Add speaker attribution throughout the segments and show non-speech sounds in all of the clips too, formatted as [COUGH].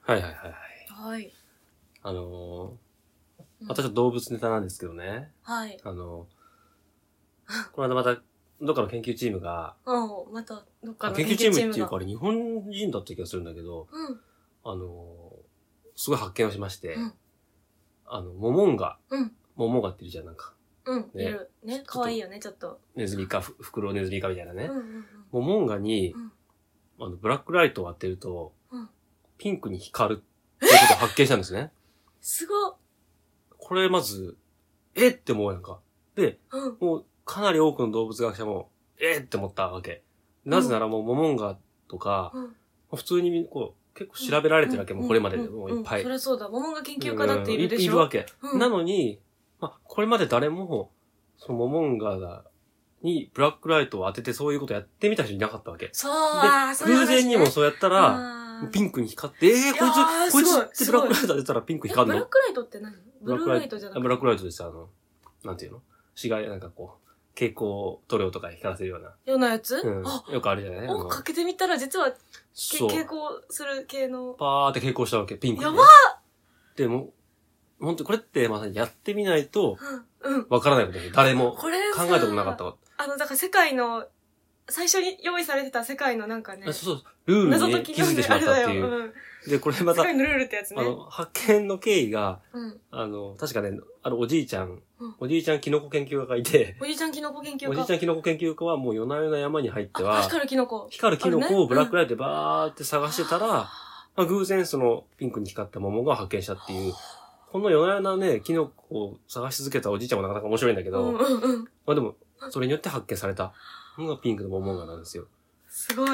Speaker 1: はいはいはいはい。
Speaker 2: はい。
Speaker 1: あの
Speaker 2: う
Speaker 1: ー
Speaker 2: ん
Speaker 1: 私は動物ネタなんですけどね。
Speaker 2: はい。
Speaker 1: あのーこの間また、どっかの研究チームが、
Speaker 2: うん。また、どっか
Speaker 1: あ
Speaker 2: の
Speaker 1: 研究チームっていう
Speaker 2: が
Speaker 1: か、あれ日本人だった気がするんだけど、
Speaker 2: うん。
Speaker 1: あのーすごい発見をしまして、
Speaker 2: うん
Speaker 1: あの、モモンガ、
Speaker 2: うん
Speaker 1: モモンガっているじゃん、なんか、
Speaker 2: うん。
Speaker 1: ね
Speaker 2: いる。ね。可愛いよね、ちょっと。
Speaker 1: ネズミか、ふフクロウネズミかみたいな
Speaker 2: う
Speaker 1: ね。
Speaker 2: んうんうん。
Speaker 1: モモンガに
Speaker 2: う、ん。
Speaker 1: あの、ブラックライトを当てると、
Speaker 2: うん
Speaker 1: ピンクに光るっていうことを発見したんですね。
Speaker 2: すごっ。
Speaker 1: これまず、えって思うやんか。で、
Speaker 2: うん。
Speaker 1: もうかなり多くの動物学者も、えーって思ったわけ。なぜならもうモモンガとか、
Speaker 2: うん。
Speaker 1: 普通にこう、結構調べられてるわけ、もうこれまでで
Speaker 2: ん
Speaker 1: もういっぱい。
Speaker 2: んそりゃそうだ。モモンガ研究家だっているでし
Speaker 1: うん
Speaker 2: ょ。
Speaker 1: いるわけ。
Speaker 2: うん
Speaker 1: なのに、まあ、これまで誰も、そのモモンガにブラックライトを当ててそういうことやってみた人いなかったわけ。で、
Speaker 2: そう、あーそういう話
Speaker 1: 偶
Speaker 2: ね
Speaker 1: 然にもそうやったら、
Speaker 2: あー
Speaker 1: ピンクに光って、えー、こい
Speaker 2: やー
Speaker 1: つ、こい
Speaker 2: すごい
Speaker 1: つってブラックライト当てたらピンク
Speaker 2: え
Speaker 1: 光
Speaker 2: ブ
Speaker 1: る
Speaker 2: ラ
Speaker 1: の
Speaker 2: ックライトって何ブルーライトじゃなくて。
Speaker 1: ブラックライトです、あの、なんていうの紫外、なんかこう、蛍光塗料とか光らせるような。
Speaker 2: ようなやつ、
Speaker 1: うん
Speaker 2: あ、
Speaker 1: よくあるじゃないあ
Speaker 2: を
Speaker 1: の
Speaker 2: かけてみたら実はけ
Speaker 1: そう。
Speaker 2: 蛍光する系の。
Speaker 1: パーって蛍光したわけ、ピンクにね、
Speaker 2: やば
Speaker 1: でも、本当これってまさにやってみないと、
Speaker 2: うんうん。
Speaker 1: わからないことで、誰も考
Speaker 2: これ
Speaker 1: え
Speaker 2: さ
Speaker 1: たことなかったわ。
Speaker 2: あの、だから世界の、最初に用意されてた世界のなんかね
Speaker 1: あ、そうそう、ルー
Speaker 2: 謎
Speaker 1: ル
Speaker 2: 解
Speaker 1: に
Speaker 2: き
Speaker 1: 気づいてしま
Speaker 2: あ
Speaker 1: っ
Speaker 2: れ
Speaker 1: たっ
Speaker 2: だよ。
Speaker 1: ていう。
Speaker 2: うん。
Speaker 1: で、これま
Speaker 2: 世
Speaker 1: た、
Speaker 2: 界のルールってやつ
Speaker 1: あ
Speaker 2: ね。
Speaker 1: の、発見の経緯が、
Speaker 2: うん。
Speaker 1: あの、確かね、あるおじいちゃん
Speaker 2: うん、
Speaker 1: おじいちゃんキノコ研究家がいて、
Speaker 2: おじいちゃんキノコ研究家。
Speaker 1: おじいちゃんキノコ研究家はもう夜な夜な山に入って
Speaker 2: あ
Speaker 1: は、
Speaker 2: 光るキノコ。
Speaker 1: 光るキノ
Speaker 2: ある
Speaker 1: コ
Speaker 2: ねう
Speaker 1: を
Speaker 2: ん
Speaker 1: ブラックライトでバーって探してたら、まあ、偶然そのピンクに光った桃が発見したっていう、この夜な夜なね、キノコを探し続けたおじいちゃんもなかなか面白いんだけ
Speaker 2: う
Speaker 1: ど、
Speaker 2: ん
Speaker 1: ま
Speaker 2: うんうん。
Speaker 1: あでも、それによって発見されたのがピンクの桃がなんですよ。
Speaker 2: すごい。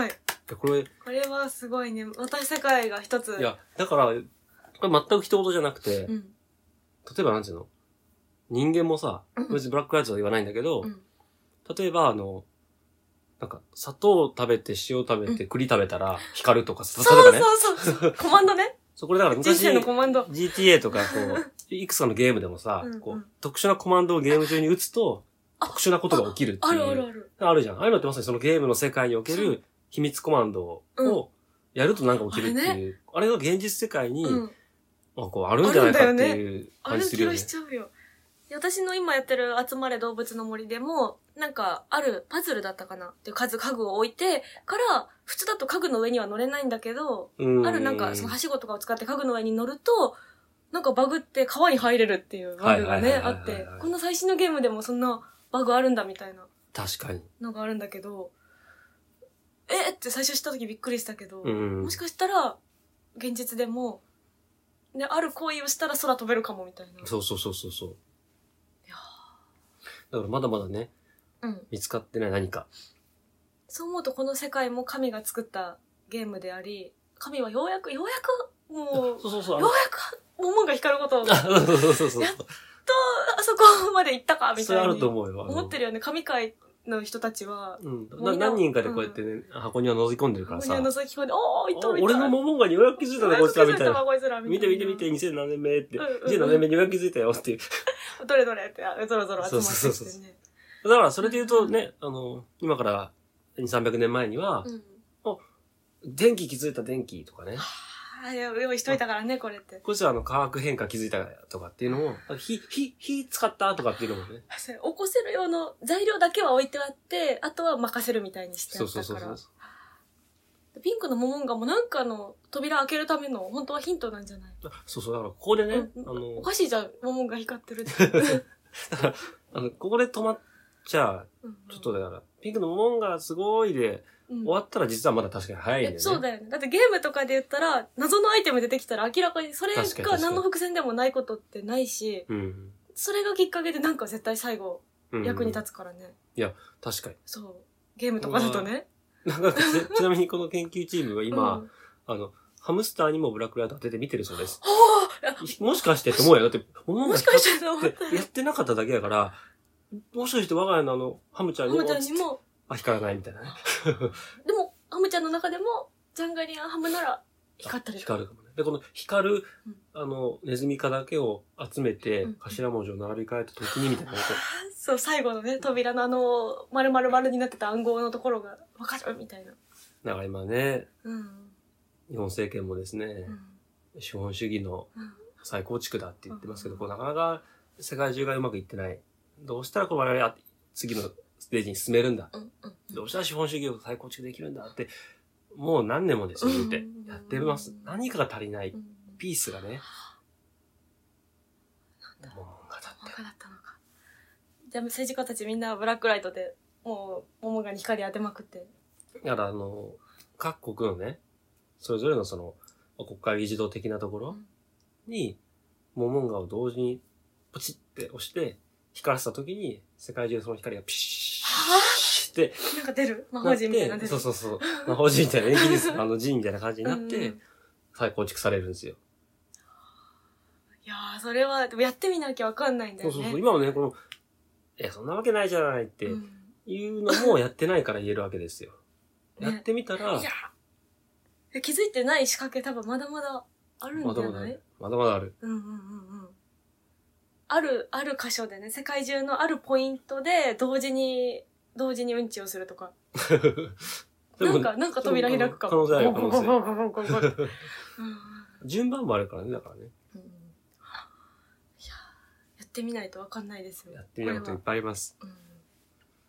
Speaker 1: でこれ、い
Speaker 2: これはすごいね。私世界が一つ。
Speaker 1: や、だから、これ全く人事じゃなくて、
Speaker 2: う
Speaker 1: 例
Speaker 2: ん。
Speaker 1: えばなんていうの人間もさ
Speaker 2: うん、
Speaker 1: 別にブラックライトは言わないんだけど、
Speaker 2: うん
Speaker 1: 例えばあの、なんか、砂糖を食べて、塩を食べて、栗食べたら光るとか、
Speaker 2: そ
Speaker 1: さ
Speaker 2: う
Speaker 1: 例えばね。
Speaker 2: そうそう。コマンドね。
Speaker 1: そう、これだから
Speaker 2: 人
Speaker 1: 昔、
Speaker 2: 生のコマンド。
Speaker 1: GTA とか、こう、いくつかのゲームでもさ
Speaker 2: うんうん、
Speaker 1: こう、特殊なコマンドをゲーム中に打つと、
Speaker 2: あ
Speaker 1: 特殊なことが起きるっていう。
Speaker 2: あるあるある。
Speaker 1: あるじゃん。ああいうのってまさにそのゲームの世界における秘密コマンドをやるとなんか起きるって
Speaker 2: あれ
Speaker 1: いう。あれが現実世界に、
Speaker 2: うん。
Speaker 1: まあこう、あるんじゃないかっていう
Speaker 2: あ
Speaker 1: 感
Speaker 2: る
Speaker 1: じす
Speaker 2: 気
Speaker 1: るよ
Speaker 2: が
Speaker 1: ね
Speaker 2: し。ちゃうよ。私の今やってる集まれ動物の森でも、なんか、あるパズルだったかなっていう数、家具を置いてから、普通だと家具の上には乗れないんだけど、
Speaker 1: う
Speaker 2: あるなんか、そのはしごとかを使って家具の上に乗ると、なんかバグって川に入れるっていうバグ
Speaker 1: はいは
Speaker 2: がね、
Speaker 1: いはいはいはい
Speaker 2: あって、こんな最新のゲームでもそんなバグあるんだみたいな
Speaker 1: 確かに。
Speaker 2: のがあるんだけど、えっって最初知った時びっくりしたけど、
Speaker 1: うん
Speaker 2: もし。かしたら、現実でも、ね、ある行為をしたら空飛べるかもみたいな。
Speaker 1: そうそうそうそうそう。
Speaker 2: いや
Speaker 1: だからまだまだね、
Speaker 2: うん。
Speaker 1: 見つかってない何か。
Speaker 2: そう思うとこの世界も神が作ったゲームであり、神はようやく、ようやく、も、
Speaker 1: そうそうそうう。あ
Speaker 2: ようや
Speaker 1: の
Speaker 2: く、モモンが光
Speaker 1: [LAUGHS]
Speaker 2: ることを、あ
Speaker 1: あそうそうそうそう。
Speaker 2: そこまで行ったか、み
Speaker 1: それ
Speaker 2: た
Speaker 1: あ
Speaker 2: い
Speaker 1: る
Speaker 2: に
Speaker 1: と思うよ。あの
Speaker 2: 思ってるよね。神界の人たちは、
Speaker 1: うん、
Speaker 2: もう
Speaker 1: な
Speaker 2: みんな
Speaker 1: 何人かでこうやってね、箱庭覗き込んでるから
Speaker 2: モ
Speaker 1: さ
Speaker 2: ニア、の先ほで、おー、行った
Speaker 1: お俺のモモンガにようやく気づいたな、こいつらみたいな。
Speaker 2: こいつらみ
Speaker 1: 見
Speaker 2: た
Speaker 1: て
Speaker 2: いな
Speaker 1: 見て見て、2000何年目って、
Speaker 2: うんうんうん
Speaker 1: 2000何年目にようやく気づいたよっていう。
Speaker 2: どれどれって、あぞろぞろ集ま
Speaker 1: そう
Speaker 2: って
Speaker 1: そうそう
Speaker 2: きて
Speaker 1: そ
Speaker 2: ね。
Speaker 1: だからそれで言うとね、あの、今から2、300年前には、
Speaker 2: うん。
Speaker 1: 電気気づいた電気とかね、
Speaker 2: あー、用意しといたからね、これって。
Speaker 1: こいつらあの化学変化気づいたとかっていうのも、あ火、火、火使ったとかっていうのもね。
Speaker 2: それ起こせる用の材料だけは置いてあって、あとは任せるみたいにしてあ
Speaker 1: そ
Speaker 2: っ
Speaker 1: うそう
Speaker 2: た
Speaker 1: そう
Speaker 2: か
Speaker 1: そう
Speaker 2: ら。。ピンクのモモンガもなんかの扉開けるための本当はヒントなんじゃない、
Speaker 1: そうそう、だからここでね、
Speaker 2: うん
Speaker 1: あ
Speaker 2: お
Speaker 1: の、
Speaker 2: かしいじゃん、モモンガ光って
Speaker 1: [LAUGHS]
Speaker 2: るって。
Speaker 1: あの、ここで止まっちゃ、ちょっとだから、ピンクのモモンガすごいで、
Speaker 2: うん、
Speaker 1: 終わったら実はまだ確かに早いんだよ
Speaker 2: え
Speaker 1: ね。
Speaker 2: そうだよね。だってゲームとかで言ったら、謎のアイテム出てきたら明らかに、それ
Speaker 1: 確かに確か
Speaker 2: が
Speaker 1: に
Speaker 2: 何の伏線でもないことってないし、
Speaker 1: うん。
Speaker 2: それがきっかけでなんか絶対最後、
Speaker 1: うん。
Speaker 2: 役に立つからね。
Speaker 1: 確かに。
Speaker 2: そう。ゲームとかだとね。
Speaker 1: なんかちちなみにこの研究チームは今、
Speaker 2: うん
Speaker 1: あの、ハムスターにもブラックライト当てて見てるそうです。
Speaker 2: あ
Speaker 1: もしかしてって思うよ。だって、思う
Speaker 2: もしかしてと思った
Speaker 1: やってなかっただけだから、もしかして我が家のあの、ハムちゃん
Speaker 2: ハ
Speaker 1: にも
Speaker 2: ムちゃんにも、
Speaker 1: あ、光らないみたいなね。
Speaker 2: でも、ハムちゃんの中でも、ジャンガリアンハムなら光ったり
Speaker 1: 光るかもね。で、この光る
Speaker 2: うん、
Speaker 1: あの、ネズミ科だけを集めて
Speaker 2: うん、
Speaker 1: 頭文字を並び替えた時にみたいなこ
Speaker 2: そう、最後のね、扉のあの、丸々丸になってた暗号のところが、わかるみたいな。
Speaker 1: と。だから今ね、
Speaker 2: うん。
Speaker 1: 日本政権もですね
Speaker 2: う、ん
Speaker 1: 資本主義の
Speaker 2: うん
Speaker 1: 再構築だって言ってますけど、
Speaker 2: うん
Speaker 1: こうなかなか世界中がうまくいってない。どうしたらこう我々は次のステージに進めるんだ。
Speaker 2: うんうん
Speaker 1: どうしたら資本主義を再構築できるんだって、もう何年もですよ、言って
Speaker 2: うん。
Speaker 1: やってます。何かが足りない。
Speaker 2: うん
Speaker 1: ピースがね。
Speaker 2: なんだ
Speaker 1: もう漫画だ
Speaker 2: 桃がだったのかじゃあ政治家たちみんなブラックライトでもう桃がに光当てまくって
Speaker 1: だからあの、各国のね、それぞれのその、国会議事堂的なところに、モモンガを同時にポチって押して、光らせた時に、世界中でその光がピシッって、
Speaker 2: なんか出る魔
Speaker 1: 魔
Speaker 2: 法陣みたいなの出る
Speaker 1: そうそうそう。魔法陣みたいな、演技です。あの、陣みたいな感じになっ
Speaker 2: うん
Speaker 1: て、再構築されるんですよ。
Speaker 2: いやーそれはでもやってみなきゃわかんないんだ
Speaker 1: そ
Speaker 2: よ
Speaker 1: う
Speaker 2: ね
Speaker 1: そうそう。今もね、この、いや、そんなわけないじゃないって
Speaker 2: うん
Speaker 1: いうのもやってないから言えるわけですよ。
Speaker 2: ね
Speaker 1: やってみたら
Speaker 2: い、やー気づいてない仕掛け多分まだまだあるんじゃ
Speaker 1: まだ
Speaker 2: ない、
Speaker 1: まだある。まだまだある。
Speaker 2: うんうんうんうん。ある、ある箇所でね、世界中のあるポイントで同時に、同時にうんちをするとか。なんか、なんか扉開くか
Speaker 1: 可能
Speaker 2: も。
Speaker 1: 性あるよ可能性
Speaker 2: ゴゴゴゴゴゴゴゴゴうんうん
Speaker 1: 順番もあるからね、だからね。
Speaker 2: うんいやーやってみないとわかんないですよ。
Speaker 1: やってみたいこといっ
Speaker 2: こ
Speaker 1: ぱいあります。
Speaker 2: れはうん